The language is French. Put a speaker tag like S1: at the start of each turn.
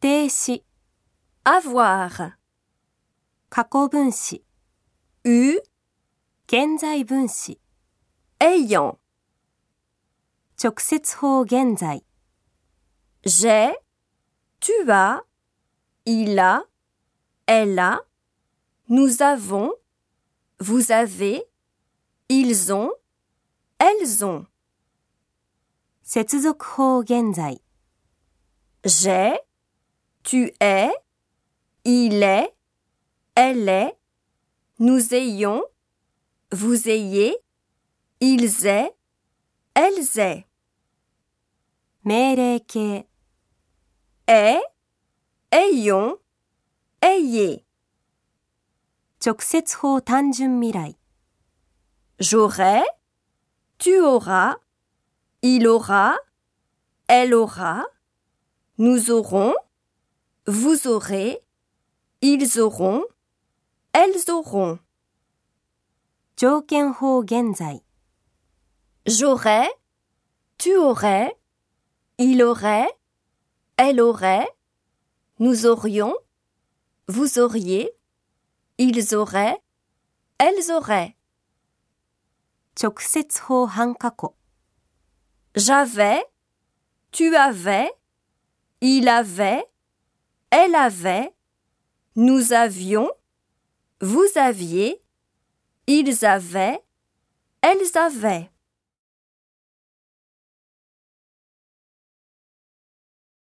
S1: 定詞、
S2: avoir,
S1: 過去分詞、
S2: eu,
S1: 現在分詞、
S2: ayant,
S1: 直接法現在、
S2: j'ai, tu as, il a, elle a, nous avons, vous avez, ils ont, elles ont,
S1: 接続法現在、
S2: j'ai, tu es, il est, elle est, nous ayons, vous ayez, ils aient, elles aient.
S1: 命令形、
S2: est, ayons, ayez,
S1: 直接法単純未来、
S2: j'aurai, tu auras, il aura, elle aura, nous aurons, vous aurez, ils auront, elles auront,
S1: 条件法現在、
S2: j'aurai, tu aurais, il aurait, elle aurait, nous aurions, vous auriez, ils auraient, elles auraient,
S1: 直接法半過去、
S2: J'avais, tu avais, il avait, elle avait, nous avions, vous aviez, ils avaient, elles avaient.